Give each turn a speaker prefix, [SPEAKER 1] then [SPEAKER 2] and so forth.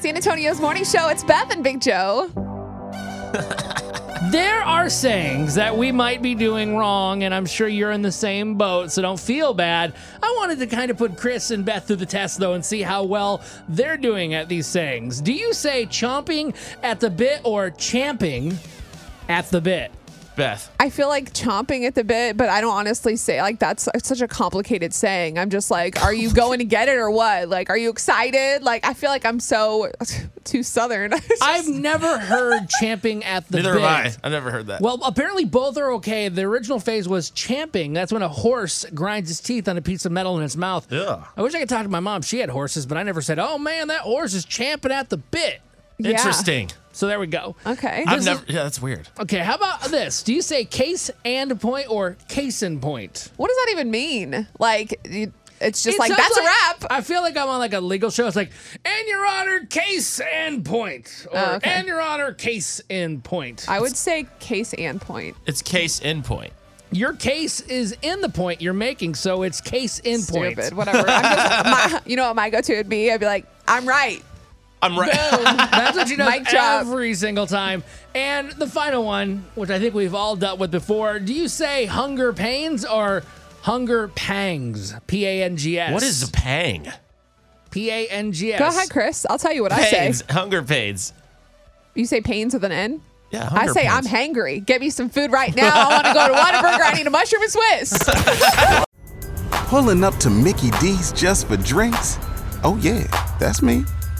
[SPEAKER 1] San Antonio's morning show. It's Beth and Big Joe.
[SPEAKER 2] There are sayings that we might be doing wrong, and I'm sure you're in the same boat, so don't feel bad. I wanted to kind of put Chris and Beth to the test, though, and see how well they're doing at these sayings. Do you say chomping at the bit or champing at the bit?
[SPEAKER 3] Beth.
[SPEAKER 1] I feel like chomping at the bit, but I don't honestly say like that's it's such a complicated saying. I'm just like, are you going to get it or what? Like, are you excited? Like, I feel like I'm so too southern.
[SPEAKER 2] I've never heard champing at the
[SPEAKER 3] Neither
[SPEAKER 2] bit.
[SPEAKER 3] have I. I've never heard that.
[SPEAKER 2] Well, apparently both are okay. The original phase was champing. That's when a horse grinds his teeth on a piece of metal in its mouth.
[SPEAKER 3] Ugh.
[SPEAKER 2] I wish I could talk to my mom. She had horses, but I never said, "Oh man, that horse is champing at the bit."
[SPEAKER 1] Yeah.
[SPEAKER 3] Interesting.
[SPEAKER 2] So there we go.
[SPEAKER 1] Okay.
[SPEAKER 3] I've never. Yeah, that's weird.
[SPEAKER 2] Okay, how about this? Do you say case and point or case in point?
[SPEAKER 1] what does that even mean? Like, you- it's just
[SPEAKER 2] It
[SPEAKER 1] like
[SPEAKER 2] sounds
[SPEAKER 1] that's a wrap.
[SPEAKER 2] I feel like I'm on like a legal show. It's like, and your honor, case and point, or
[SPEAKER 1] Oh, okay.
[SPEAKER 2] and your honor, case in point.
[SPEAKER 1] I would say case and point.
[SPEAKER 3] It's case in point.
[SPEAKER 2] your case is in the point you're making, so it's case in point.
[SPEAKER 1] Stupid, whatever. I'm just, my, you know what my go-to would be? I'd be like, I'm right.
[SPEAKER 3] I'm right.
[SPEAKER 2] That's what she does
[SPEAKER 1] Mic drop.
[SPEAKER 2] every single time. And the final one, which I think we've all dealt with before, do you say hunger pains or hunger pangs? P A N G S.
[SPEAKER 3] What is a pang?
[SPEAKER 2] P A N G S?
[SPEAKER 1] Go ahead, Chris. I'll tell you what I
[SPEAKER 3] Pains.
[SPEAKER 1] say.
[SPEAKER 3] Hunger pains.
[SPEAKER 1] You say pains with an N.
[SPEAKER 3] Yeah,
[SPEAKER 1] I
[SPEAKER 3] hunger
[SPEAKER 1] say
[SPEAKER 3] pains.
[SPEAKER 1] I'm hangry. Get me some food right now. I want to go to Whataburger. I need a mushroom and Swiss.
[SPEAKER 4] Pulling up to Mickey D's just for drinks? Oh, yeah, that's me.